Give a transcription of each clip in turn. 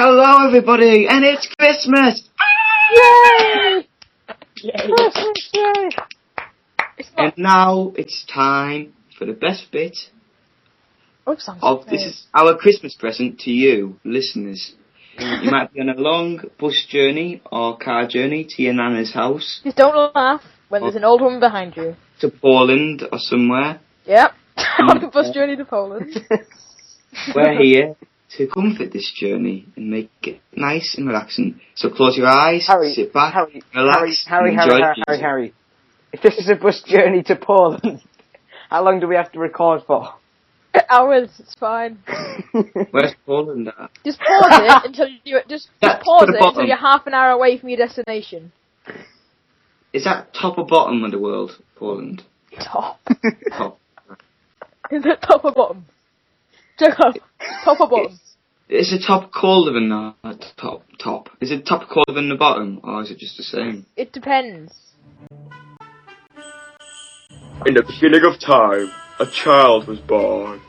Hello, everybody, and it's Christmas. Yay! Yay. Christmas, yay! It's And not. now it's time for the best bit Oh, sounds of this is our Christmas present to you, listeners. You might be on a long bus journey or car journey to your nana's house, Just don't laugh when there's an old woman behind you. to Poland or somewhere. Yep. On the bus journey to Poland. We're here to comfort this journey and make it nice and relaxing. So close your eyes, Harry, sit back, Harry, relax, Harry, Harry, and Harry, enjoy Harry, the Harry, music. Harry. If this is a bus journey to Poland, how long do we have to record for? Hours, it's fine. Where's Poland at? Just pause it until you just, That's just pause to the it until bottom. you're half an hour away from your destination. Is that top or bottom of the world, Poland? Top. Top. Is it top or bottom? Check up. Top or bottom? Is the top colder than the the top? Top. Is it top colder than the bottom, or is it just the same? It depends. In the beginning of time, a child was born,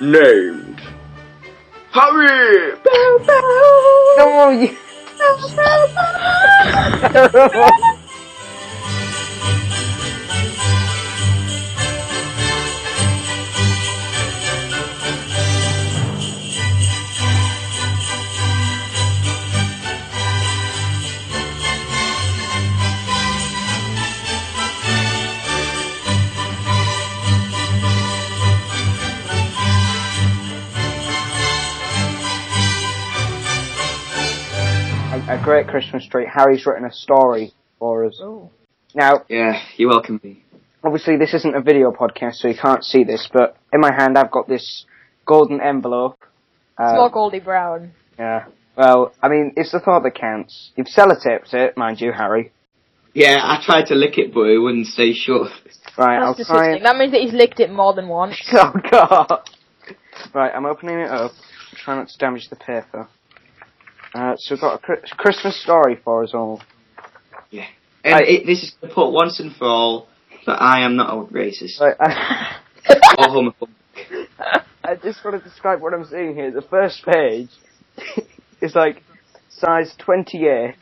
named Harry. no, you. a, a great Christmas treat. Harry's written a story for us. Oh. Now, Yeah, you're welcome. Me. obviously, this isn't a video podcast, so you can't see this, but in my hand, I've got this golden envelope. Uh, It's more Goldie Brown. Yeah. Well, I mean, it's the thought that counts. You've sellotaped it, mind you, Harry. Yeah, I tried to lick it, but it wouldn't stay shut. Right, That's I'll try disgusting. and... That means that he's licked it more than once. Oh, God! Right, I'm opening it up. Try not to damage the paper. Uh, so we've got a Chri- Christmas story for us all. And I- it, this is to put once and for all that I am not a racist Right, I, or homophobic. I just want to describe what I'm seeing here. The first page is like size 28,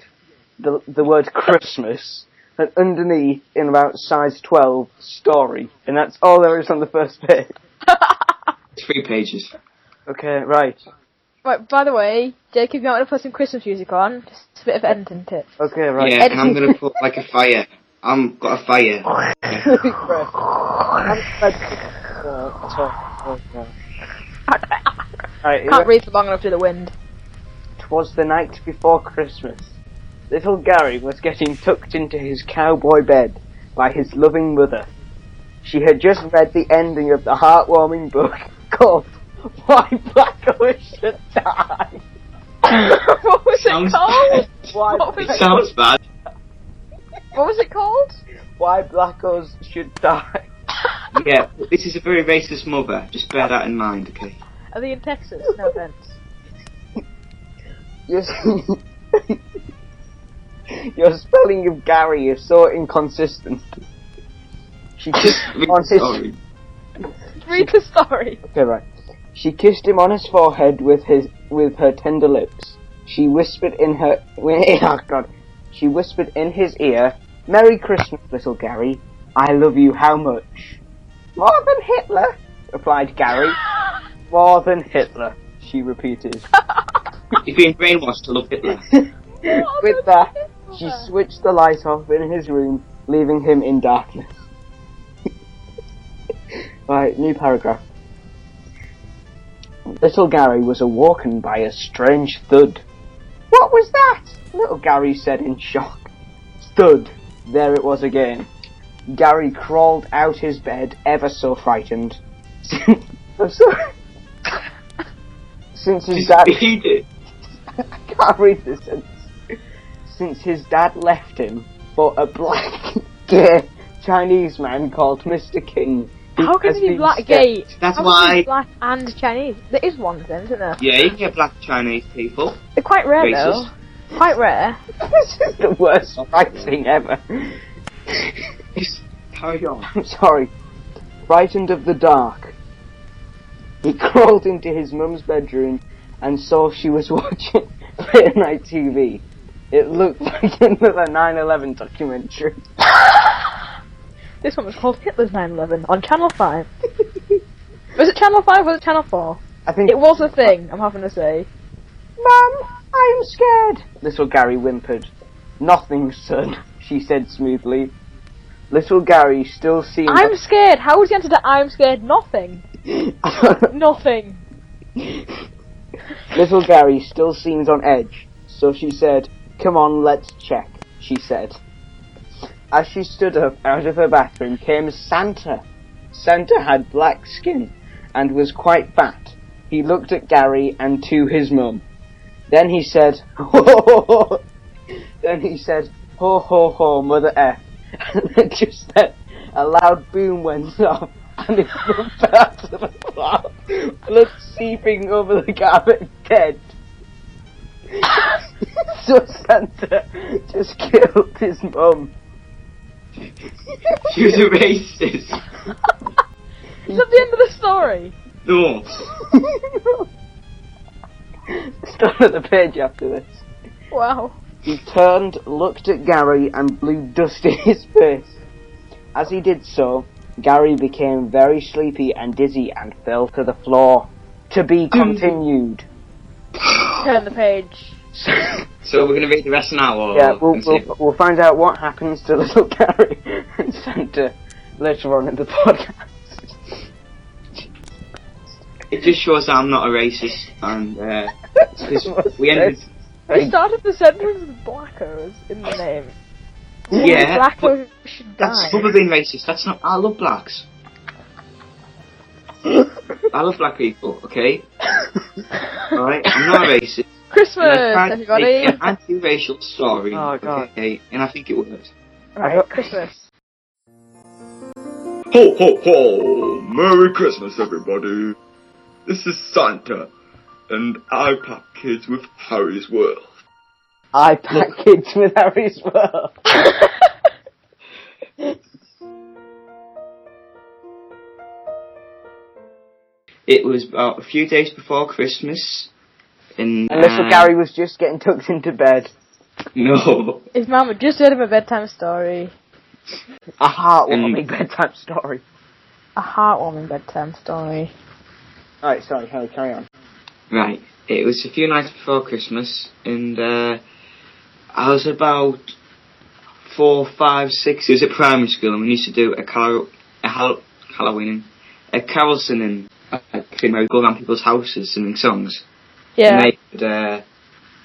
the, the word Christmas, and underneath, in about size 12, story. And that's all there is on the first page. Three pages. Okay, right. Right, by the way, Jacob, you want to put some Christmas music on? Just a bit of editing tip. Okay, right. Yeah, and I'm gonna put like a fire. I'm got a fire. Alright, Can't breathe for long enough to the wind. it was the night before Christmas. Little Gary was getting tucked into his cowboy bed by his loving mother. She had just read the ending of the heartwarming book called Why Black Wish Should Die. what was it Sounds called? bad. Why, What was It sounds bad. What was it called? why Blackos Should Die. Yeah, but this is a very racist mother. Just bear that in mind, okay? Are they in Texas? No offense. Your, your spelling of Gary is so inconsistent. She kissed him Oh, on his Oh, Sorry. Read the story. okay, right. She kissed him on his forehead with his with her tender lips. She whispered in her oh god. She whispered in his ear, "Merry Christmas, little Gary. I love you how much." More than Hitler, replied Gary. More than Hitler, she repeated. You've been brainwashed to love Hitler. With that, she switched the light off in his room, leaving him in darkness. right, new paragraph. Little Gary was awoken by a strange thud. What was that? Little Gary said in shock. Thud! There it was again. Gary crawled out his bed, ever so frightened. I'm sorry. Since his Just dad. read it. I can't read this sentence. Since his dad left him for a black gay Chinese man called Mr. King. who How can has it be been black stepped- gay? That's How can it why. be Black and Chinese. There is one then, isn't there? Yeah, you can get black Chinese people. They're quite rare Racist. though. Quite rare. this is the worst writing ever. Just carry on. I'm sorry. Frightened of the dark. He crawled into his mum's bedroom and saw she was watching Midnight TV. It looked like another 9/11 documentary. This one was called Hitler's 9/11 on Channel 5. was it Channel 5 or was it Channel 4? I think It was a thing, I'm having to say. Mum, I'm scared. Little Gary whimpered. Nothing, son, she said smoothly. Little Gary still seemed. I'm scared. How was the answer to I'm scared? Nothing. Nothing. Little Gary still seemed on edge, so she said, Come on, let's check, she said. As she stood up out of her bathroom came Santa. Santa had black skin and was quite fat. He looked at Gary and to his mum. Then he said, ho, ho, ho, ho. Then he said, Ho ho ho, mother F. And then just then, a loud boom went off and it fell out to the floor, blood seeping over the carpet, dead. so Santa just killed his mum. She was a racist. Is that the end of the story? No. Start at the page after this. Wow. He turned, looked at Gary, and blew dust in his face. As he did so, Gary became very sleepy and dizzy and fell to the floor. To be continued. Turn the page. So we're gonna read the rest now, or yeah, we'll, and see- we'll, we'll find out what happens to little Gary and Santa later on in the podcast. it just shows that I'm not a racist, and uh, 'cause we ended. We started the sentence with blackos in the name. Yeah, but Blackos should that's die. probably being racist. That's not. I love blacks. I love black people. Okay, all right. I'm not a racist. Christmas, And I tried to everybody. make an anti-racial story. Oh, God. Okay, and I think it worked. Right, Christmas. Ho ho ho! Merry Christmas, everybody! This is Santa, and I pack kids with Harry's World. I packaged with Harry's well. It was about a few days before Christmas. And, And little uh, Gary was just getting tucked into bed. No. His mum had just heard him a bedtime story. A heartwarming Mm. bedtime story. A heartwarming bedtime story. Alright, sorry, Harry, carry on. Right. It was a few nights before Christmas, and uh, I was about four, five, six. It was at primary school, and we used to do a, car- a Hall- Halloween, a carol singing uh, thing where we go around people's houses singing songs, Yeah. and they would uh,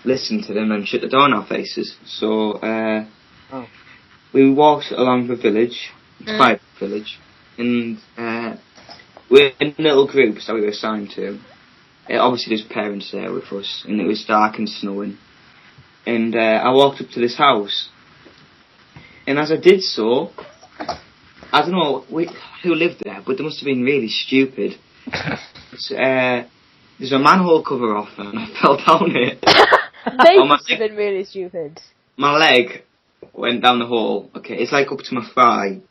listen to them and shut the door in our faces. So uh, Oh. we walked along the village, it's Mm. quite a village, and uh, we're in little groups that we were assigned to. Uh, obviously, there's parents there with us, and it was dark and snowing. And uh, I walked up to this house, and as I did so, I don't know wh- who lived there, but they must have been really stupid. So, uh, there's a manhole cover off, and I fell down it. They Oh my- must have been really stupid. My leg went down the hole. Okay, it's like up to my thigh,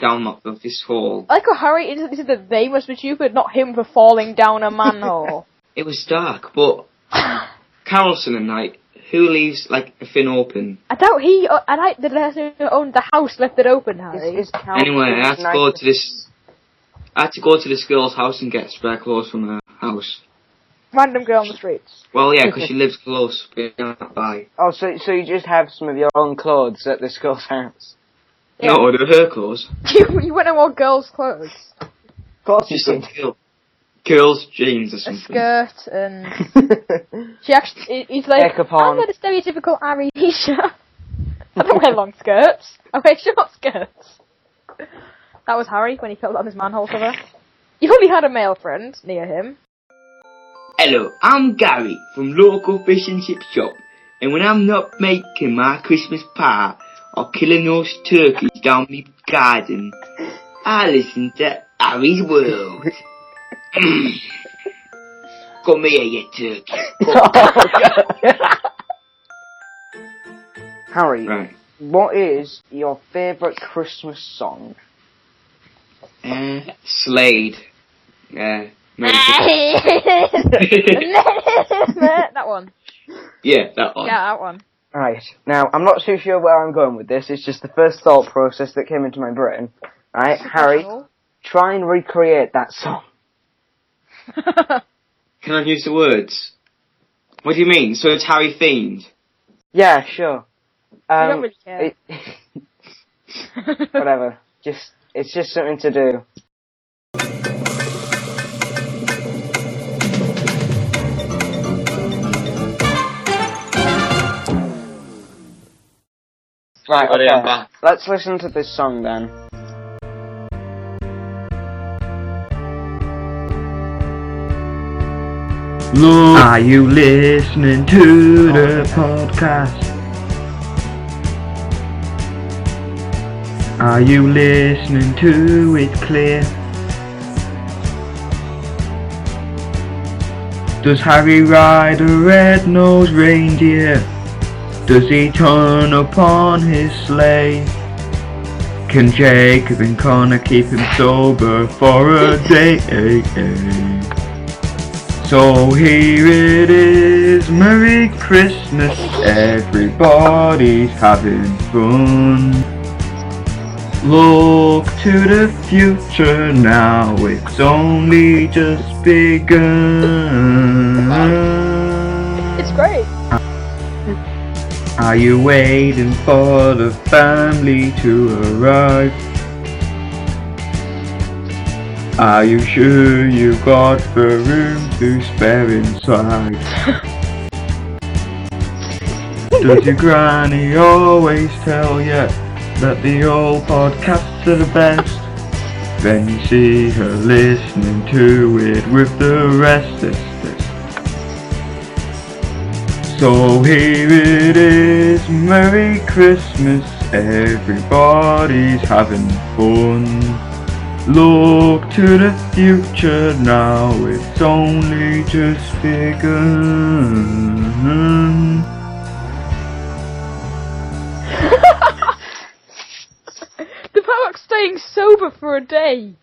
down my, of this hole. I like how Harry instantly said that they must be stupid, not him for falling down a manhole. It was dark, but Carlson and night. Who leaves like a thing open? I doubt he, uh, I doubt the person who owned the house left it open, Harry. Is- is Cal- Anyway, I had to nice go to this. I had to go to this girl's house and get spare clothes from her house. Random girl on the streets. Well, yeah, 'cause she lives close by. Oh, so so you just have some of your own clothes at the school's house? Yeah. No, they're her clothes. you, you went and wore girls' clothes. Of course Just some girl, girls' jeans or A something. skirt and... did. She actually, he's like, Take upon. I'm not a stereotypical Ari T-shirt. I don't wear long skirts. I wear short skirts. That was Harry when he fell on his manhole cover. He only had a male friend near him. Hello, I'm Gary from local fish and chip shop, and when I'm not making my Christmas pie or killing those turkeys down my garden, I listen to Harry's World. Come here, you turkey. Oh, Harry, Right. what is your favourite Christmas song? Mm, Uh, Slade. Uh, Merry Christmas. that one. Yeah, that one. Yeah, that one. Right. Now, I'm not too sure where I'm going with this. It's just the first thought process that came into my brain. Right, Harry, try and recreate that song. Can I use the words? What do you mean? So it's Harry Fiend. Yeah, sure. I Um, don't really care. it- whatever. Just it's just something to do. Right, Got it, I'm okay. back. Let's listen to this song then. Are you listening to the podcast? Are you listening to it clear? Does Harry ride a red-nosed reindeer? Does he turn upon his sleigh? Can Jacob and Connor keep him sober for a day? So here it is, Merry Christmas, everybody's having fun. Look to the future now, it's only just begun. it's great. Are you waiting for the family to arrive? Are you sure you've got the room to spare inside? Does your granny always tell you that the old podcasts are the best? Then you see her listening to it with the rest. It's- it's so here it is, Merry Christmas, everybody's having fun. Look to the future now, it's only just begun. The Paddock's staying sober for a day.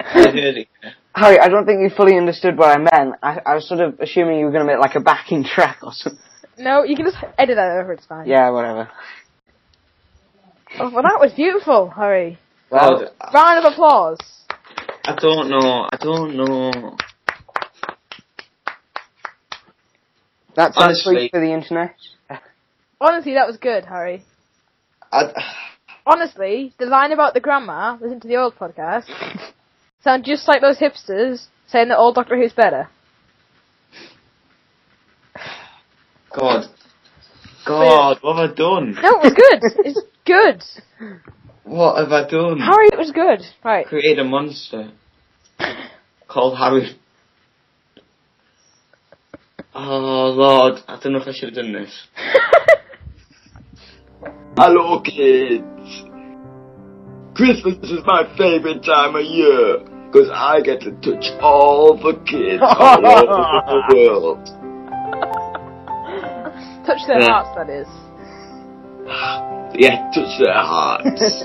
Harry, I don't think you fully understood what I meant. I, I was sort of assuming you were going to make like a backing track or something. No, you can just edit that over. It's fine. Yeah, whatever. Oh, well, that was beautiful, Harry. Well, Round of applause. I don't know. I don't know. that's honestly- actually for the internet. Honestly, that was good, Harry. I, Honestly, the line about the grandma, listen to the old podcast, sound just like those hipsters saying that old Doctor Who's better. God. God, what have I done? No, it was good. it's good. What have I done? Hmm. Harry, it was good. Right. Create a monster called Harry. Oh Lord, I don't know if I should have done this. Hello, kids. Christmas is my favorite time of year because I get to touch all the kids all over the world. Touch their Yeah. hearts, that is. Yeah, touch their hearts.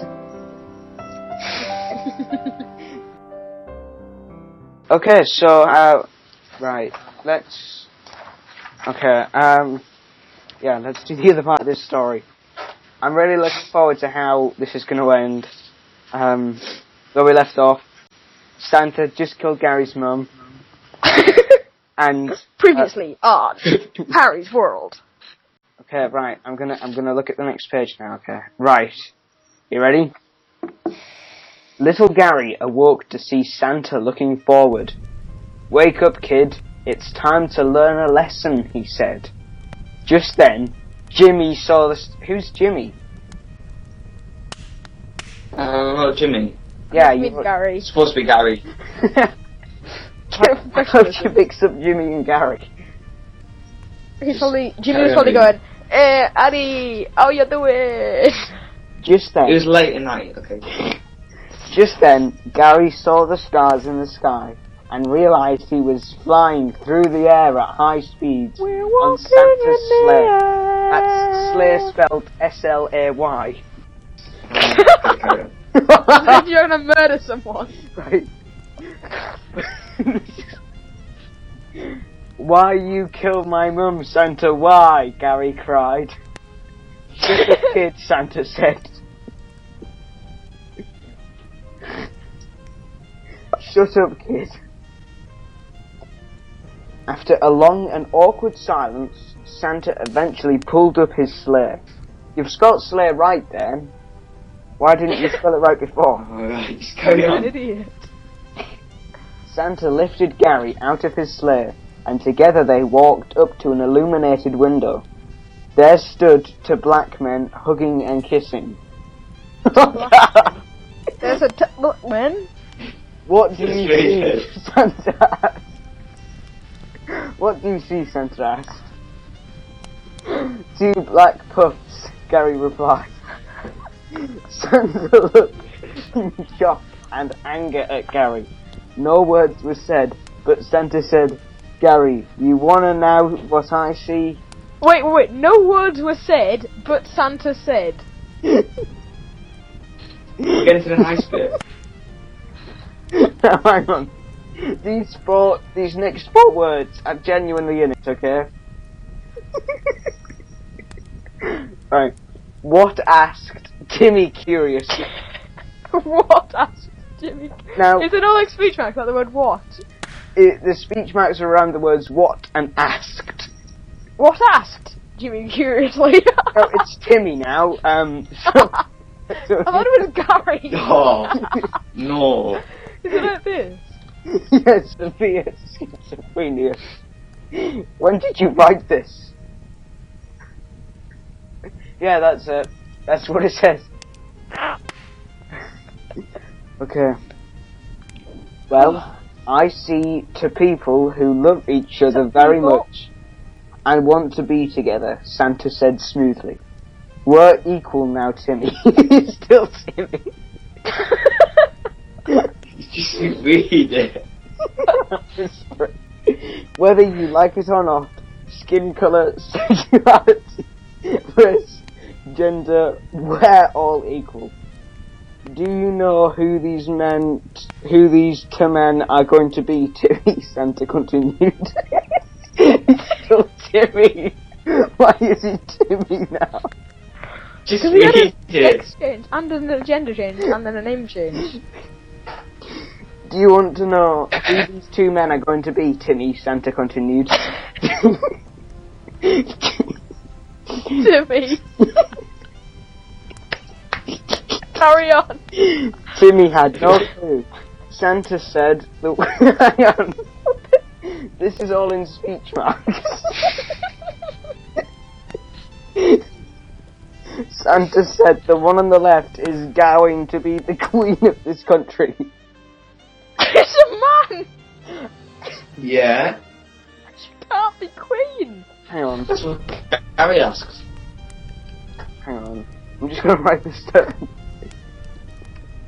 Okay, so uh, right, let's. Okay, um, yeah, let's do the other part of this story. I'm really looking forward to how this is going to end. Um, where we left off, Santa just killed Gary's mum, and Previously Uh, on Harry's World. okay, right, I'm gonna I'm gonna look at the next page now. Okay, right, you ready? Little Gary awoke to see Santa looking forward. Wake up, kid. It's time to learn a lesson, he said. Just then, Jimmy saw the. St- Who's Jimmy? Oh Jimmy. Yeah, Me you. and Gary. It's supposed to be Gary. I hope she picks up Jimmy and Gary. He's probably, Jimmy carry was on probably reading. going, eh, Addy, how you doing? Just then, It was late at night, okay. just then, Gary saw the stars in the sky and realized he was flying through the air at high speeds We're on walking Santa's in the sleigh. air. That's sleigh spelled S L A Y. Okay. If you're gonna murder someone. right. Why you killed my mum, Santa? Why? Gary cried. Just a kid, Santa said. Shut up, kid. After a long and awkward silence, Santa eventually pulled up his sleigh. You've spelled sleigh right then. Why didn't you spell it right before? Alright, Oh, just carry You're an on. idiot. Santa lifted Gary out of his sleigh, and together they walked up to an illuminated window. There stood two black men hugging and kissing. There's a t- look, man. what do you Yes, really. see, Santa asked. What do you see, Santa asked. Two black puffs, Gary replied. Santa looked in shock and anger at Gary. No words were said, but Santa said, Gary, you wanna know what I see? Wait, wait, wait. No words were said, but Santa said. We're getting to the nice bit. now, hang on. These four, these next four words are genuinely in it, okay? right. What asked Timmy Curious? what? Asked Jimmy. Now, It's an old speech mark about the word what. it, the speech marks are around the words what and asked. What asked? Jimmy curiously. No, it's Timmy now. Um, so, so- I thought it was Gary. Oh, no. Is it like this? yes, Sophia schizophrenia. When did you write this? Yeah, that's it. That's what it says. Okay. Well, I see to people who love each other very people. much and want to be together, Santa said smoothly. We're equal now, Timmy. He's still Timmy. Just read it. Sorry. Whether you like it or not, skin color, sexuality, race, gender, we're all equal. Do you know who these men, who these two men are going to be? Timmy Santa continued. He's still Timmy. Why is he Timmy now? Just Because we had read a it. sex change, and then a gender change, and then a name change. Do you want to know who these two men are going to be? Timmy Santa continued. Jimmy. Carry on. Timmy had no clue. Santa said the hang on. This is all in speech marks. Santa said the one on the left is going to be the queen of this country. It's a man. Yeah? She can't be queen. Hang on, That's what Gary asks. hang on. I'm just gonna write this down.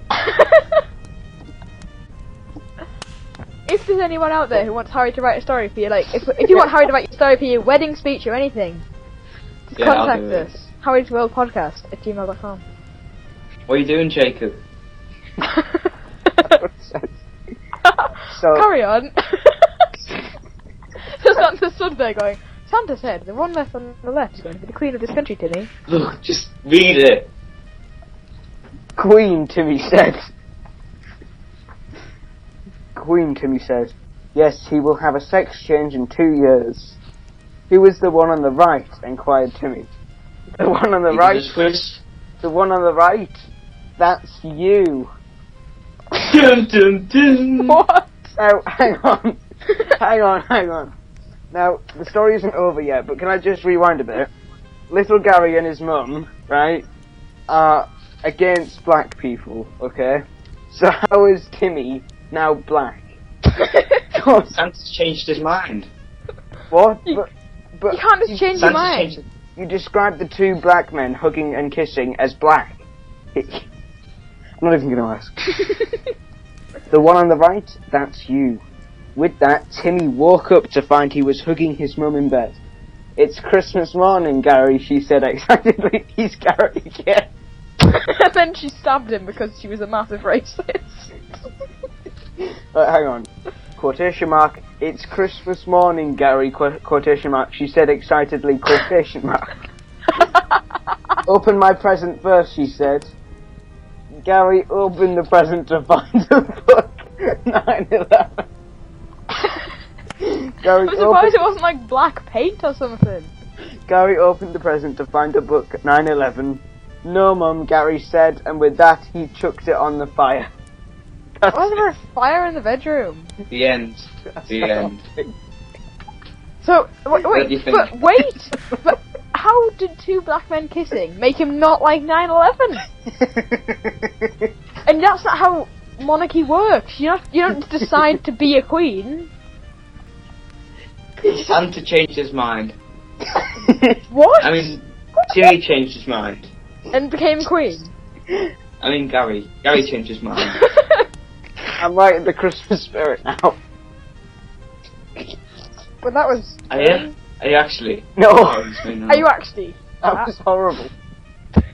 If there's anyone out there who wants Harry to write a story for you, like if, if you want Harry to write your story for your wedding speech or anything, just Yeah, I'll contact do it. us. Harry's World Podcast at gmail.com. What are you doing, Jacob? What it says. So- Carry on. so Santa stood there going, Santa said, the one left on the left is going to be the queen of this country, Timmy. Look, just read it. Queen Timmy says. Queen Timmy says, Yes, he will have a sex change in two years. Who is the one on the right? inquired Timmy. The one on the You right? Just twist. The one on the right? That's you. Dun, dun, dun. What? Now, hang on. hang on, hang on. Now, the story isn't over yet, but can I just rewind a bit? Little Gary and his mum, right, are against black people, okay? So how is Timmy now black? God, Santa's changed his mind. what? You- but, but you can't just change your Santa's mind. changed. you described the two black men hugging and kissing as black. I'm not even going to ask. The one on the right, that's you. With that, Timmy woke up to find he was hugging his mum in bed. It's Christmas morning, Gary, she said excitedly. He's Gary again. and then she stabbed him because she was a massive racist. But Uh, hang on. quotation mark. It's Christmas morning, Gary, qu- quotation mark. She said excitedly, quotation mark. Open my present first, she said. Gary opened the present to find the book. 9-11. Gary, I'm surprised opened, it wasn't like black paint or something. Gary opened the present to find a book 9-11. No, Mum, Gary said, and with that he chucked it on the fire. That's Why is there a fire in the bedroom? The end. that's The not end. big. So wait, What do you wait think? but wait, but how did two black men kissing make him not like 9/11? And that's not how monarchy works. You not, you don't decide to be a queen. And to change his mind. What? I mean, Jimmy changed his mind. and became queen. I mean, Gary. Gary changed his mind. but I'm right in the Christmas spirit now. that was. Are you? Are you actually? No, Oh, it's me now. Are you actually? Ah. that was horrible.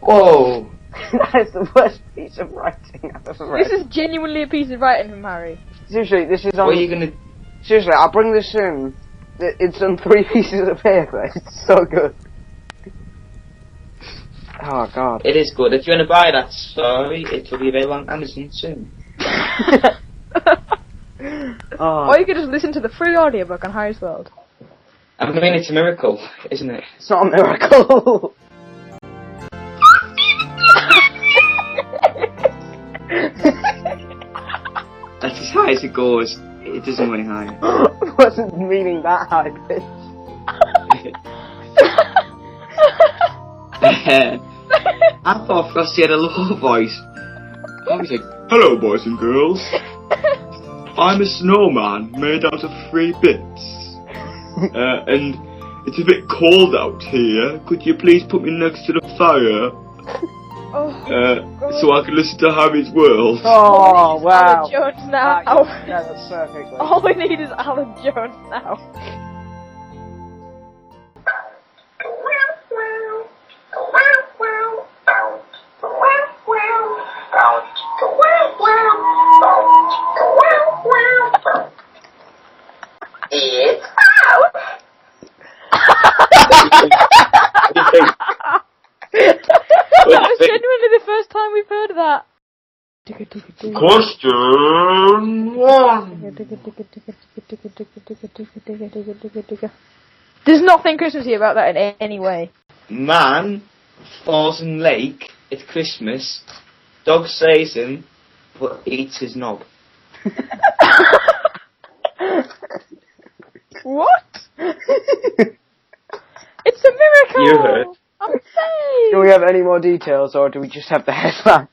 Whoa. That's the worst piece of writing I've ever read. This is genuinely a piece of writing from Harry. seriously, this is on. What are you gonna? Seriously, I'll bring this in. It- It's on three pieces of paper. It's so good. Oh god. It is good. If you wanna buy that story, it will be available on Amazon soon. Oh, or you could just listen to the free audiobook on Harry's World. I mean, it's a miracle, isn't it? Oh, it's not a miracle. That's as high as it goes. It doesn't win higher. I wasn't meaning that high pitch. I thought Frosty had a low voice. I was like, "Hello, boys and girls. I'm a snowman made out of three bits, uh, and it's a bit cold out here. Could you please put me next to the fire Oh, uh, so I can listen to Harry's World?" Oh wow. Alan Jones Ah, now. yeah, yeah, that's perfect. All we need is Alan Jones now. It's out. that was genuinely the first time we've heard that. Question one. There's nothing Christmassy about that in a- any way. Man falls in lake at Christmas. Dog says him, but eats his knob. What? it's a miracle! You heard. I'm saved! Do we have any more details, or do we just have the headline?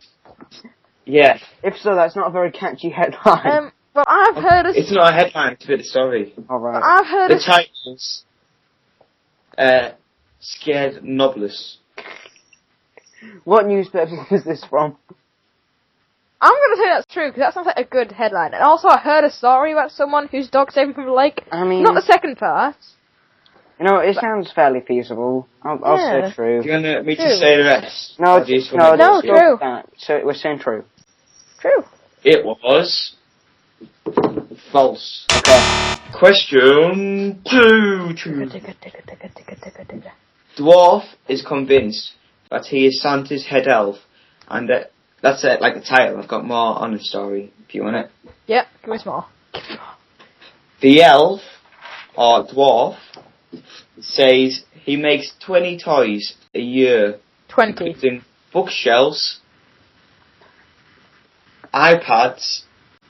Yeah, If so, that's not a very catchy headline. Um, well, I've heard a, it's not a headline. It's a bit of story. All right. I've heard a, the titles uh, scared knobless. What newspaper was this from? I'm gonna say that's true, because that sounds like a good headline. And also, I heard a story about someone whose dog saved him from the lake. I mean, Not the second part. you know, it sounds fairly feasible. I'll, I'll Yeah. say true. Do you want me to True. say the rest? No, Or do you it's, just no, wanna No, go it's through? true. not that. So we're saying true. True. It was false. Okay. Question two. two. Dwarf is convinced that he is Santa's head elf, and that that's it. Like the title. I've got more on the story if you want it. Yep, give us more. The elf, or dwarf, says he makes twenty toys a year. 20. including bookshelves, iPads,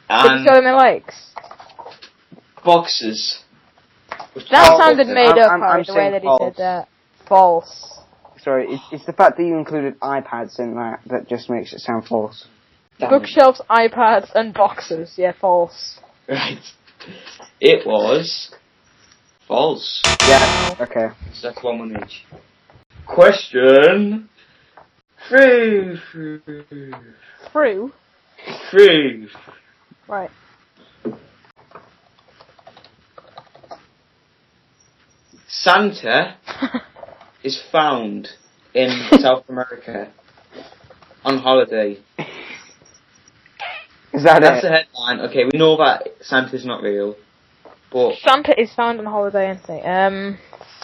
Did and show him the likes. boxes. Which That are sounded boxes. made I'm- up, I'm- Harry, I'm the way saying that he false. said that. False. Sorry, it's, it's the fact that you included iPads in that that just makes it sound false. Damn it. Bookshelves, iPads, and boxes. Yeah, false. Right. It was false. Yeah. Okay. So that's one on each. Question three. True. Three. Right. Santa is found in South America on holiday. Is that That's the it? headline. Okay, we know that Santa's not real, but Santa is found on holiday, isn't he? Um,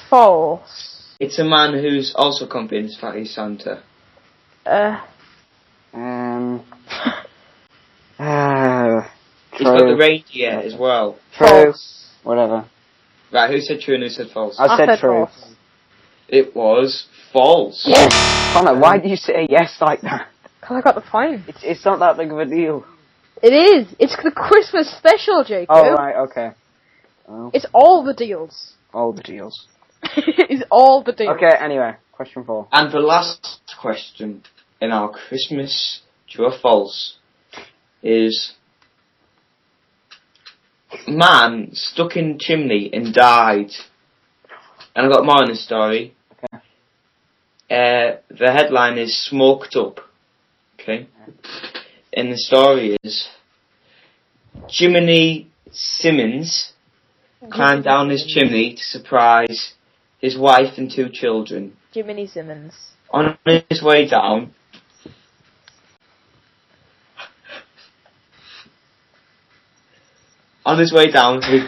false. it's a man who's also convinced that he's Santa. Uh, Um. Uh, He's got the true. reindeer as well. True. Whatever. Right, who said true and who said false? I said true. false. It was false. Yes, Connor, Oh, why do you say yes like that? because I got the point. It's, it's not that big of a deal. It is. It's the Christmas special, Jacob. Oh, right, okay. Oh, It's all the deals. all the deals. it's all the deals. Okay, anyway, question four. And the last question in our Christmas true or false is man stuck in chimney and died. And I've got more in the story. Okay. Uh, the headline is smoked up. Okay. And the story is Jiminy Simmons climbed down his chimney to surprise his wife and two children. Jiminy Simmons. on his way down. On his way down, he.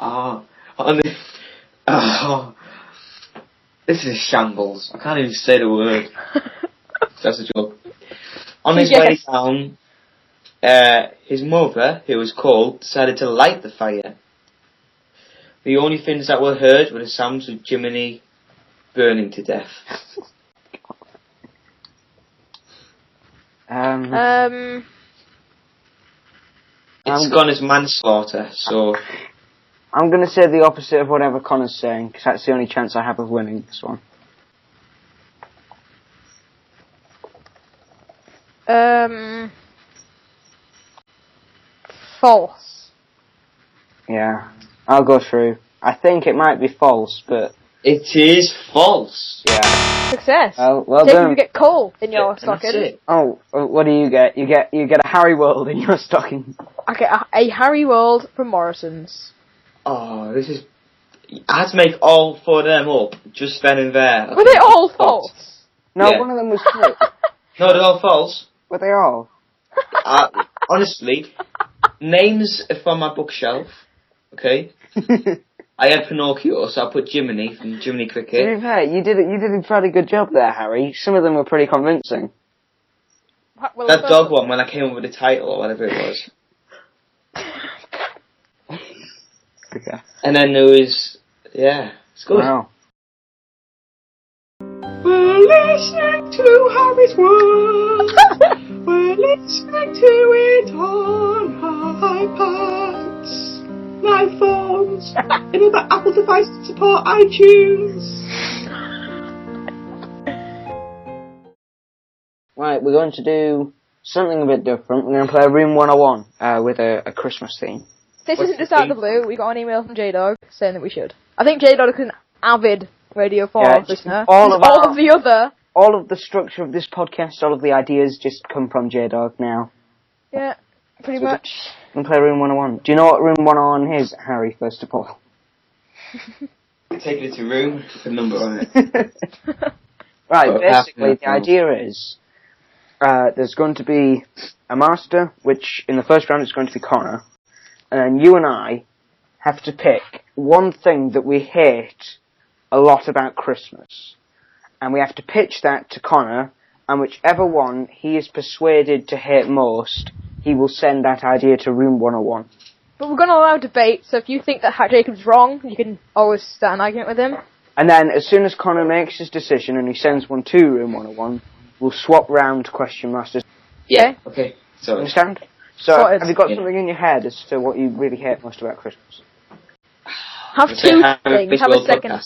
Oh, on his. Oh, this is shambles. I can't even say the word. That's a joke. On his way Yes. down, uh, his mother, who was cold, decided to light the fire. The only things that were heard were the sounds of Jiminy burning to death. Um, um, It's Um, gone as manslaughter, so I'm gonna say the opposite of whatever Connor's saying, because that's the only chance I have of winning this one. um, false. Yeah. I'll go through. I think it might be false, but it is false. yeah. Success. Oh, well Take done. you get coal in your And that's socket. it. Oh, uh, what do you get? You get you get a Harry World in your stocking. Okay, a, a Harry World from Morrison's. Oh, this is. I had to make all four of them up just then and there. Were they all false? No, Yeah. one of them was true. No, they're all false. Were they all? Uh, honestly, names are from my bookshelf. Okay, I had Pinocchio, so I put Jiminy from Jiminy To Cricket. be fair, you did a, you did a pretty good job there, Harry. Some of them were pretty convincing. Ha- well, That the dog first- one when I came up with the title or whatever it was, Okay. and then there was yeah, it's good. Wow. We're listening to Harry's World. We're listening to it on iPads, and iPhones, and other Apple devices that support iTunes. Right, we're going to do something a bit different. We're going to play Room 101 uh, with a, a Christmas theme. This What's isn't the just out of the theme? blue. We got an email from J Dog saying that we should. I think J Dog is an avid Radio 4 Yeah, it's listener. all He's of our- all of the other. All of the structure of this podcast, all of the ideas just come from J Dog now. Yeah, pretty much. We're going to play Room 101. Do you know what Room 101 is, Harry, first of all? Taking it to a room with a number on it. Right, Well, basically, half the an hour. idea is uh, there's going to be a master, which in the first round is going to be Connor, and then you and I have to pick one thing that we hate a lot about Christmas, and we have to pitch that to Connor, and whichever one he is persuaded to hate most, he will send that idea to Room 101. But we're going to allow debate, so if you think that Ha- Jacob's wrong, you can always start an argument with him. And then, as soon as Connor makes his decision and he sends one to Room 101, we'll swap round to Question Masters. Yeah. Okay. So Understand? So, Sorted. have you got Yeah. something in your head as to what you really hate most about Christmas? Have two things, have a second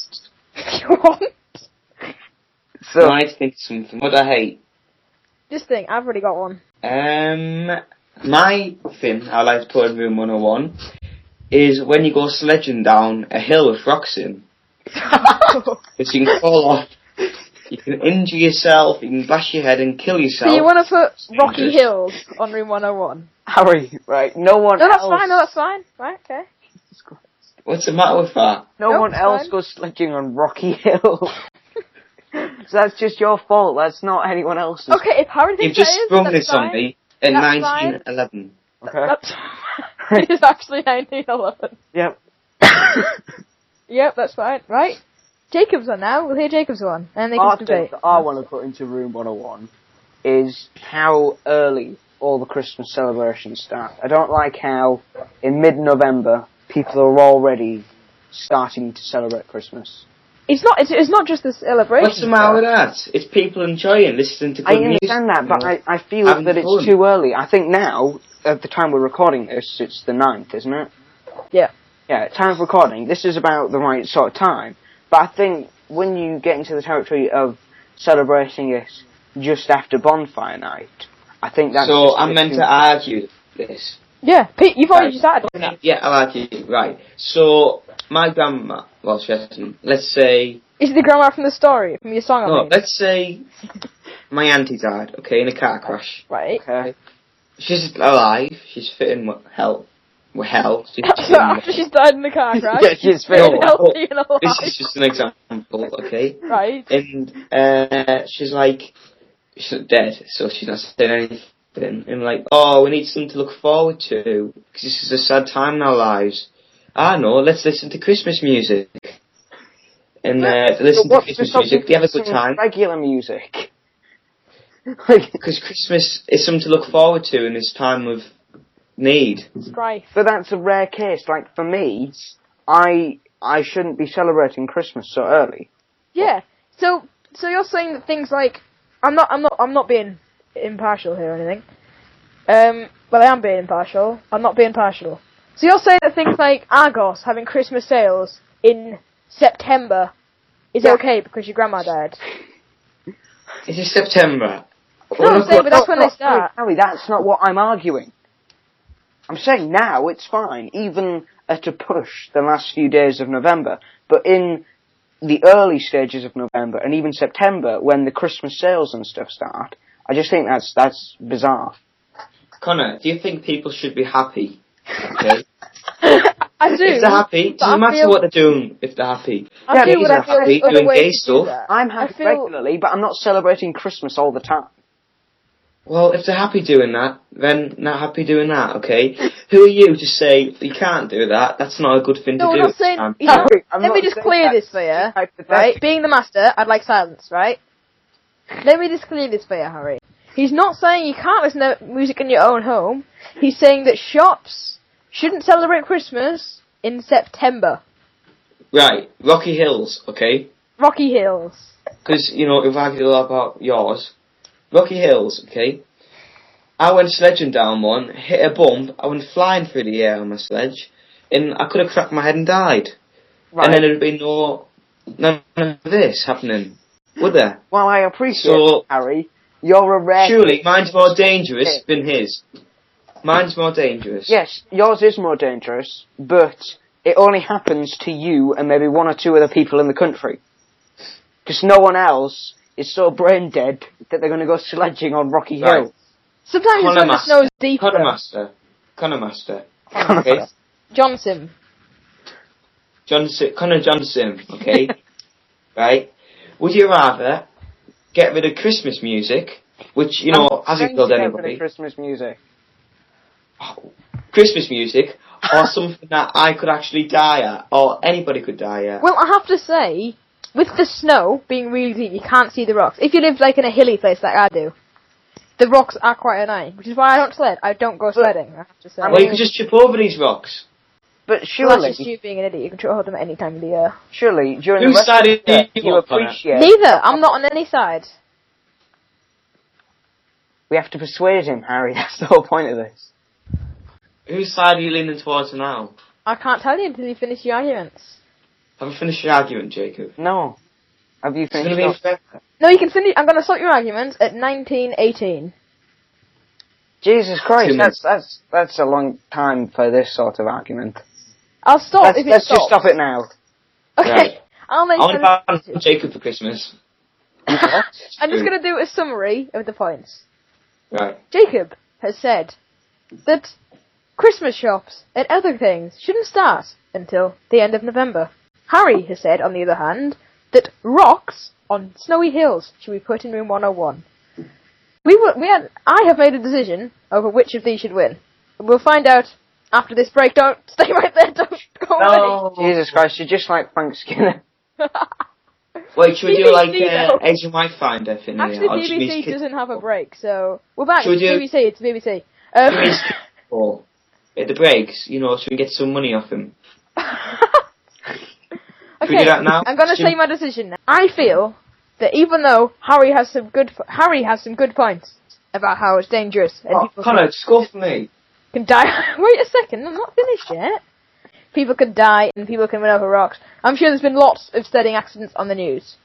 if you want. So, I need to think of something. What do I hate? Just think, I've already got one. Um, my thing I like to put in room 101 is when you go sledging down a hill with rocks in, because you can fall off, you can injure yourself, you can bash your head and kill yourself. So you want to put Rocky dangerous. Hills on Room 101? Harry, right? No one No, that's else. fine, no, that's fine. Right, okay. What's the matter with that? no Nope, one it's else fine. goes sledging on Rocky Hill. so that's just your fault. That's not anyone else's. Okay, if Harry You've thinks just that is, sprung that's this fine. on me. In That's 1911. Okay. That's, it is actually 1911. Yep. Yep, that's fine. Right. Jacob's on now. We'll hear Jacob's one. And they can Our thing debate. that I want to put into Room 101 is how early all the Christmas celebrations start. I don't like how in mid-November people are already starting to celebrate Christmas. It's not, it's, it's not just the celebration. What's the matter with that? It's people enjoying listening to good I music. understand that, but I, I feel Having that it's fun. too early. I think now, at the time we're recording this, it's the 9th, isn't it? Yeah. Yeah, at time of recording, this is about the right sort of time. But I think when you get into the territory of celebrating it just after bonfire night, I think that's... so just a I'm bit meant too- to argue this. Yeah, Pete, you've already Right. started. Yeah, I'll argue. Right. So my grandma, well, she hasn't. Let's say, Is the grandma from the story? From your song, I no, mean. let's say my auntie died, okay, in a car crash. Right. Okay. She's alive. She's fitting well. Hell, well, hell. She's So after she's died in the car crash, Yeah, she's really fine. healthy and alive. Oh, this is just an example, okay? Right. And uh, she's like, she's not dead, so she's not saying anything. And like, oh, we need something to look forward to because this is a sad time in our lives. I know. Let's listen to Christmas music. And uh, they listen to what's Christmas something music. They have a good that's time Regular music. like, because Christmas is something to look forward to in this time of need. Strife. but that's a rare case. Like, for me, I... I shouldn't be celebrating Christmas so early. Yeah. So so you're saying that things like I'm not I'm not I'm not being impartial here or anything. Um well I am being impartial. I'm not being partial. So you're saying that things like Argos having Christmas sales in September is Yeah. okay because your grandma died. It is September. No, I'm saying, but that's when No, they "Oh, sorry, start. Harry, that's not what I'm arguing. I'm saying now it's fine, even at a push the last few days of November. But in the early stages of November and even September, when the Christmas sales and stuff start, I just think that's that's bizarre. Connor, do you think people should be happy? Okay. I do. If they're happy, it doesn't I matter feel- what they're doing. If they're happy, I Yeah, do because what I they're feel is happy other doing ways gay to do stuff. that. I'm happy I feel- regularly, but I'm not celebrating Christmas all the time. well, if they're happy doing that, then not happy doing that. Okay. Who are you to say you can't do that? That's not a good thing No, to I'm do. not saying. Um, you know, Harry, I'm let me not just saying clear that's this for you. hypothetical. right? Being the master, I'd like silence, right? Let me just clear this for you, Harry. He's not saying you can't listen to music in your own home. He's saying that shops shouldn't celebrate Christmas in September. Right, Rocky Hills. Okay, Rocky Hills. because you know if I could all about yours, Rocky Hills. Okay. I went sledging down one, hit a bump, I went flying through the air on my sledge, and I could have cracked my head and died. And then there'd be no, none of this happening, would there? Well, I appreciate So- it, Harry. You're a rare. Surely mine's more dangerous than his. Mine's more dangerous. Yes, yours is more dangerous, but it only happens to you and maybe one or two other people in the country. Because no one else is so brain dead that they're going to go sledging on Rocky Right. Hill. Sometimes it's Connor when the Master. snow's deep. Connor Master. Connor Master. Okay. Johnson. Johnson. Connor Johnson. Okay. right. Would you rather get rid of Christmas music, which you know hasn't killed anybody, Christmas music. Christmas music, or something that I could actually die at, or anybody could die at? Well, I have to say, with the snow being really deep, you can't see the rocks. If you live like in a hilly place like I do, the rocks are quite annoying, which is why I don't sled. I don't go sledding. I have to say. Well, you could just trip over these rocks. But Well, that's just surely, you being an idiot. You can try hold them at any time of the year. surely, during Whose the rest side of are the you year, you on, Connor? appreciate. Neither. I'm not on any side. We have to persuade him, Harry. That's the whole point of this. Whose side are you leaning towards now? I can't tell you until you finish your arguments. Have I finished your argument, Jacob? No. Have you It's gonna finished? be your- fair. No, you can finish. I'm going to sort your arguments at 1918. Jesus Christ, Two that's, minutes. that's, that's a long time for this sort of argument. I'll stop Let's, if it let's stops. just stop it now. Okay. Right. I'll make I want sure. to ban Jacob for Christmas. I'm just going to do a summary of the points. Right. Jacob has said that Christmas shops and other things shouldn't start until the end of November. Harry has said, on the other hand, that rocks on snowy hills should be put in room 101. We were, we had. I have made a decision over which of these should win. We'll find out after this break. Don't stay right there. Don't go away. Jesus Christ, you're just like Frank Skinner. Wait, should we do BBC like uh, though. Edge and White Finder thing? here? Actually, Or should we BBC skip doesn't have a break, so we're back. Should It's we do- BBC. It's BBC. Um, Should we skip all? At the breaks, you know, so we get some money off him. we do okay, that now? I'm gonna Should- say my decision. Now. I feel that even though Harry has some good, Harry has some good points about how it's dangerous and Oh, people can- Connor, score for me. can die. Wait a second, I'm not finished yet. People can die and people can run over rocks. I'm sure there's been lots of stunning accidents on the news.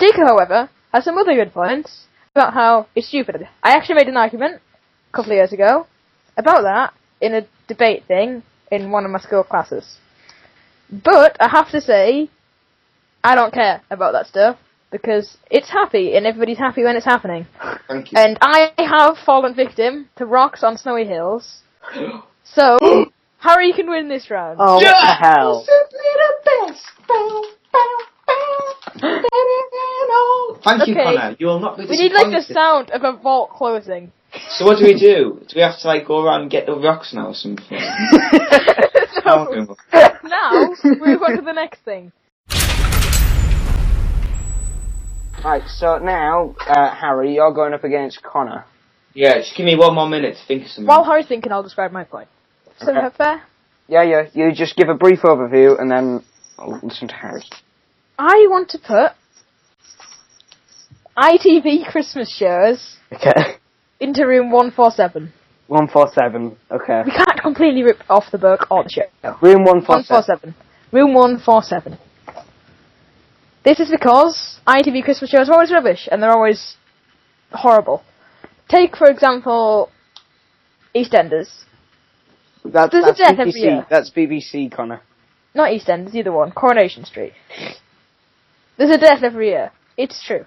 Dico, however, has some other good points about how it's stupid. I actually made an argument a couple of years ago about that in a debate thing in one of my school classes. But I have to say, I don't care about that stuff because it's happy and everybody's happy when it's happening. Thank you. And I have fallen victim to rocks on snowy hills. So, Harry can win this round. Oh, what the hell? Thank you, Okay. Connor. You will not be we need like the disappointed. sound of a vault closing. So what do we do? Do we have to like go around and get the rocks now or something? so, now, we move on to the next thing. Right, so now, uh, Harry, you're going up against Connor. yeah, just give me one more minute to think of something. While Harry's thinking, I'll describe my point. So, Okay. fair? Yeah, yeah, you just give a brief overview and then I'll listen to Harry. I want to put ITV Christmas shows Okay. into room 147. 147, okay. We can't completely rip off the book or the show. Room 147. 147. Room 147. This is because ITV Christmas shows are always rubbish and they're always horrible. Take, for example, EastEnders. That's, There's a that's death BBC, every year. that's BBC, Connor. Not EastEnders, either one. Coronation Street. There's a death every year. It's true.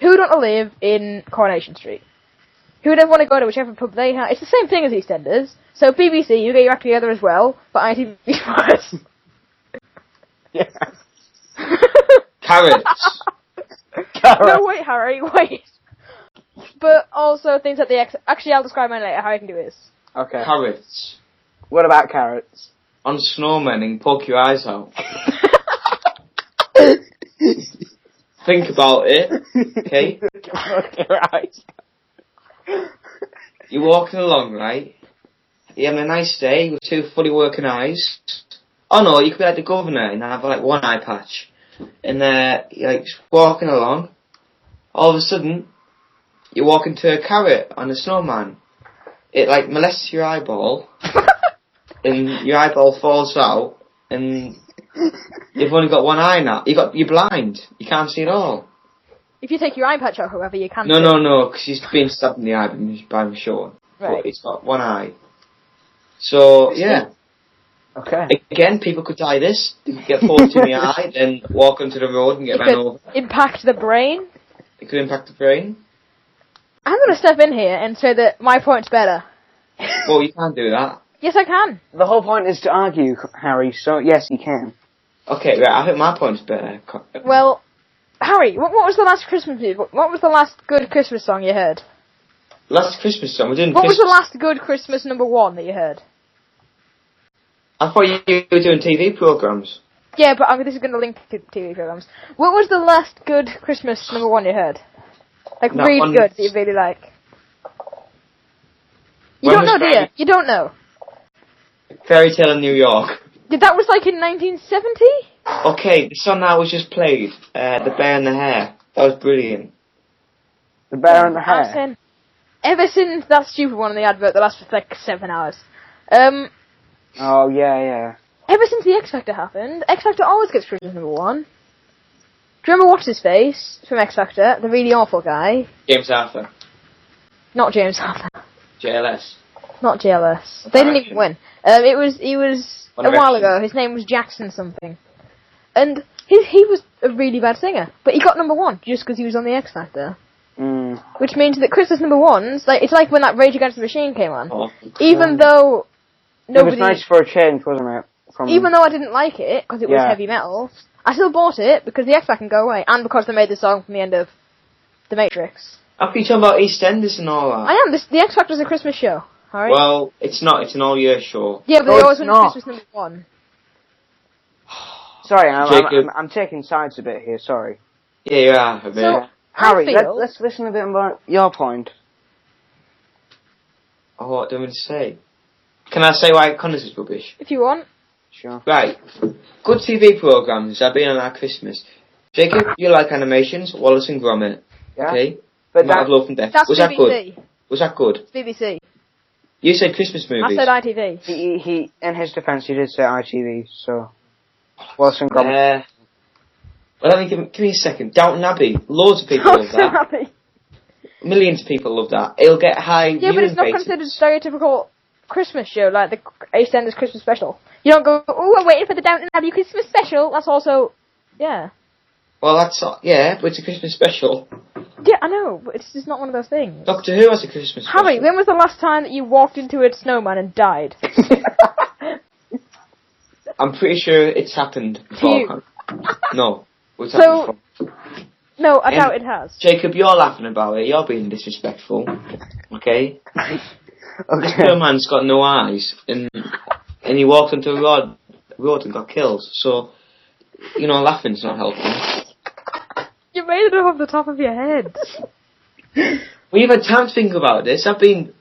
Who would want to live in Coronation Street? Who would ever want to go to whichever pub they have? It's the same thing as EastEnders. So BBC, you get your act together as well, but ITV first. Yeah. Carrots. No, wait, Harry, wait. But also things like the ex. Actually, I'll describe mine later. How I can do this. Okay. Carrots. What about carrots? On snowmen and poke your eyes out. Think about it. Okay. okay, right. You're walking along, right? You having a nice day with two fully working eyes. Oh no, you could be like the governor and have like one eye patch. And uh, you're like just walking along. All of a sudden, you walk into a carrot on a snowman. It like molests your eyeball, and your eyeball falls out, and you've only got one eye now. You got you're blind. You can't see at all. If you take your eye patch out, however, you can. No, see. no, no, because he's been stabbed in the eye by- by Michonne but Right. it's got one eye. So yeah, Okay. again, people could die this. They could get forked in the eye, then walk onto the road and get You ran could- over. Impact the brain. It could impact the brain. I'm gonna step in here and say that my point's better. Well, you can't do that. Yes, I can. The whole point is to argue, Harry, so yes, you can. Okay, right. I think my point's better. Co- Well, Harry, what, what was the last Christmas music? What, what was the last good Christmas song you heard? last Christmas song we didn't. What was the Christmas- last good Christmas number one that you heard? I thought you were doing TV programs. Yeah, but I'm, this is gonna link to TV programs. What was the last good Christmas number one you heard? Like That really one- good that you really like. You When don't know, was do you? Fairy, You don't know. Fairy Tale in New York? Yeah, that was like in 1970? Okay, the song that was just played, uh, the Bear and the Hare. That was brilliant. The bear and the I'm hare. saying, ever since that stupid one in the advert that lasted like seven hours. Um, Oh, yeah, yeah. ever since the X Factor happened, X Factor always gets Christmas number one. Do you remember What's His Face from X Factor? The really awful guy. James Arthur, Not James Harper. JLS. Not JLS. They didn't even Direction. win. Um, it was he was One a while Direction. ago. His name was Jackson something, and he he was a really bad singer, but he got number one just because he was on the X Factor. Mm. Which means that Christmas number ones, like it's like when that Rage Against the Machine came on. Oh, Even though It was nobody, nice for a change, wasn't it? From even though I didn't like it because it was Yeah. heavy metal, I still bought it because the X Factor can go away, and because they made the song from the end of The Matrix. How can you talk about EastEnders and all that? I am. This, the X Factor is a Christmas show. All right. Well, it's not. It's an all-year show. yeah, but No, they always it's win not. Christmas number one. Sorry, I'm, I'm, Jacob. I'm, I'm taking sides a bit here. Sorry, Yeah, you are a bit. So Harry. I Let, feel let's listen a bit more your point. oh, what do I want to say? Can I say why Connors is rubbish? if you want. Sure. Right. Good TV programs have been on our Christmas. Jacob, you like animations? Wallace and Gromit. Yeah. Okay. But Matt of that, Love and Death. That's Was that good? BBC. Was that good? It's BBC. You said Christmas I movies. said ITV. he, he, in his defence, he did say ITV. So, Wilson Grumman. Uh, well, let me give, give me a second. Downton Abbey. Loads of people love that. Millions of people love that. It'll get high Yeah, but viewing it's not bases. considered stereotypical Christmas show like the EastEnders Christmas special. You don't go, oh, I'm waiting for the Downton Abbey Christmas special. That's also, yeah, Well, that's all- yeah, but it's a Christmas special. yeah, I know, but it's just not one of those things. Doctor Who has a Christmas special. Harry, when was the last time that you walked into a snowman and died? I'm pretty sure it's happened you. before. no, it's So- happened before. No, I And- doubt it has. Jacob, you're laughing about it. You're being disrespectful. Okay? Your okay. man's got no eyes, and and he walked into a road, road and got killed. So, you know, laughing's not helping. You made it up off the top of your head. We've had time to think about this. I've been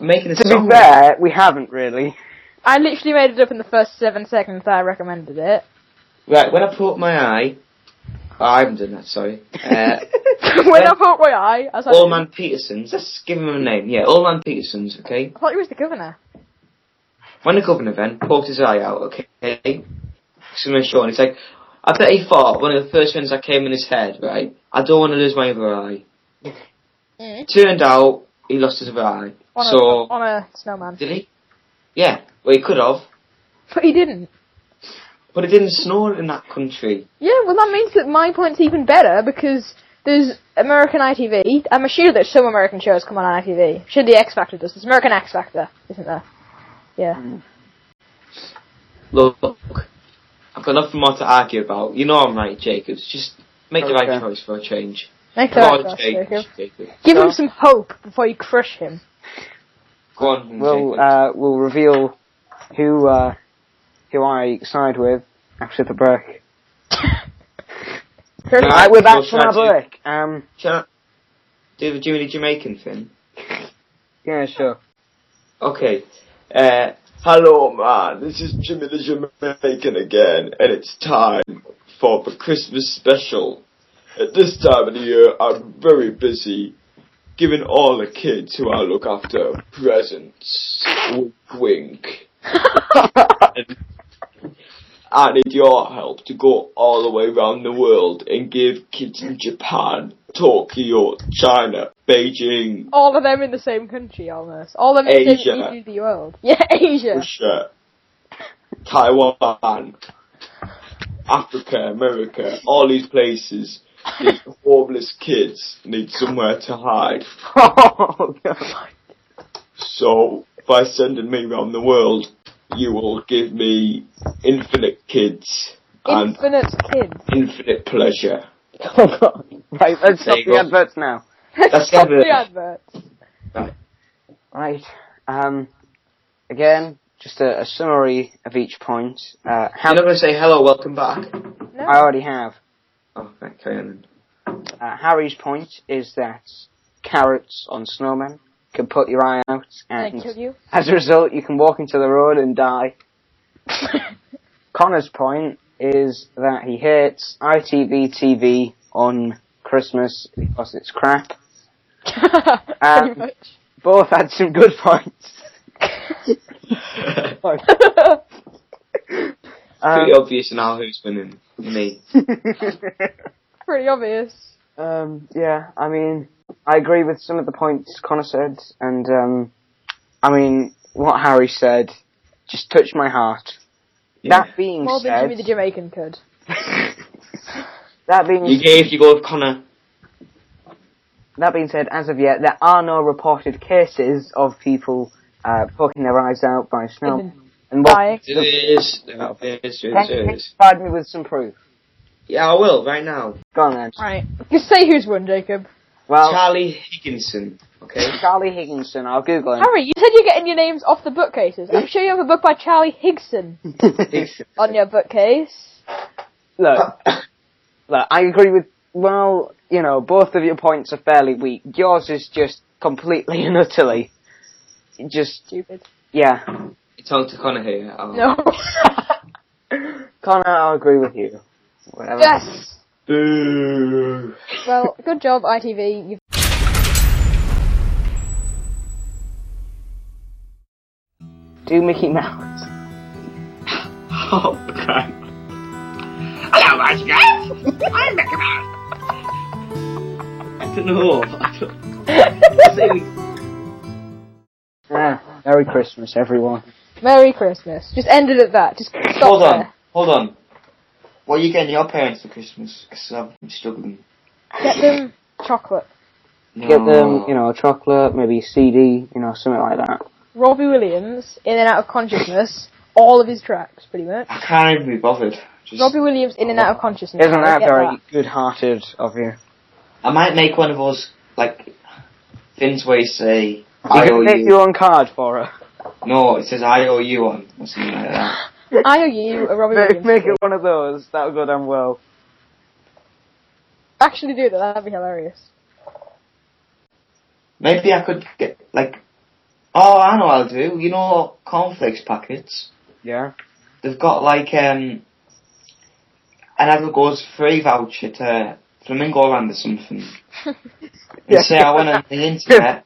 making a To song. be fair, we haven't really. I literally made it up in the first seven seconds that I recommended it. Right, when I put up my eye, oh, I haven't done that. Sorry. Uh, when I put my eye, I was like, Old man Peterson's. Let's give him a name. Yeah, Old man Peterson's. Okay. I thought he was the governor. When the governor then poked his eye out, okay, swimming ashore, and he's like, I bet he thought one of the first things that came in his head, right, I don't want to lose my other eye. Mm. Turned out, he lost his other eye. On a, so, on a snowman. did he? Yeah, well, he could have, But he didn't. but it didn't snow in that country. Yeah, well, that means that my point's even better because there's American ITV. I'm sure that some American shows come on ITV. Sure, the X Factor does. There's American X Factor, isn't there? Yeah. Look, I've got nothing more to argue about. You know I'm right, Jacobs. Just make the right Okay. choice for a change. Make Come that on, first, Jacobs. Jacob. Jacob. Give So- him some hope before you crush him. Go on, We'll Jacobs. uh, we'll reveal who uh, who I side with after the break. Crush Right, Right, we're back we'll from our try break. Um, Shall I do the Jiminy Jamaican thing? yeah, sure. Okay. Uh, Hello, man. This is Jimmy the Jamaican again, and it's time for the Christmas special. At this time of the year, I'm very busy giving all the kids who I look after presents. Wink, wink. And I need your help to go all the way around the world and give kids in Japan, Tokyo, China, Beijing, all of them in the same country, almost. All of them in the same Asia. region of the world. Yeah, Asia. Russia, Taiwan, Africa, America, all these places. These homeless kids need somewhere to hide. oh, God. So by sending me around the world, you will give me infinite kids and Infinite kids. infinite pleasure. Oh, God. Right, let's stop There you the go. adverts now. That's Stop the- the advert. Right. Um, again, just a, a summary of each point. Uh, You're Harry, not going to say hello, welcome back. No. I already have. Oh, right, carry on. then. Uh, Harry's point is that carrots on snowmen can put your eye out, They and kill you. as a result, you can walk into the road and die. Connor's point is that he hates ITV TV on Christmas because it's crap. Pretty Um, Both had some good points. Pretty Um, obvious now who's winning. Me. Pretty obvious. Um, yeah, I mean, I agree with some of the points Connor said, and um, I mean, what Harry said just touched my heart. Yeah. That being More than said, Jimmy the Jamaican could. that being You gave you go with Connor. that being said, as of yet, there are no reported cases of people uh, poking their eyes out by snow. And what- Dying. There is, there is, there is, Can you there is. provide me with some proof? Yeah, I will right now. Go on then. Right. Just say who's won, Jacob. Well, Charlie Higginson. Okay. Charlie Higginson. I'll Google him. Harry, you said you're getting your names off the bookcases. I'm sure you have a book by Charlie Higson Higginson. on your bookcase. look, look. I agree with. Well, you know, both of your points are fairly weak. Yours is just completely and utterly, just Stupid. yeah. It's all to Connor here. Oh. No. Connor, I'll agree with you. Whatever. yes. Boo. Well, good job, ITV. You've Do Mickey Mouse. Oh god. Hello, guys. I'm Mickey Mouse. I don't know. I don't- I say we- Yeah. Merry Christmas, everyone. Merry Christmas. Just end it at that. Just stop Hold on. there. Hold on. What are you getting your parents for Christmas? Because I'm struggling. Get them chocolate. Get them, you know, chocolate, maybe a CD, you know, something like that. Robbie Williams, in and out of consciousness, all of his tracks, pretty much. I can't even be bothered. Just, Robbie Williams, in and out of consciousness. Isn't that Get very good-hearted of you? I might make one of us, like, Finn's way say, You I owe can make you. your own card for her. No, it says I owe you on, or something like that. I owe you a Robbie Make, Williams. make it one of those. That'll go down well. Actually, do that. That'd be hilarious. Maybe I could get, like, oh, I know what I'll do. You know, cornflakes packets? Yeah. they've got like um an Adelgo's free voucher to Flamingo Land or something. Yeah. And say I went on the internet,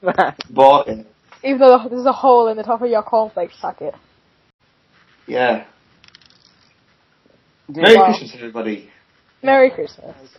bought it. Even though there's a hole in the top of your cornflakes packet. Yeah. Do Merry well. Christmas, everybody. Merry Christmas.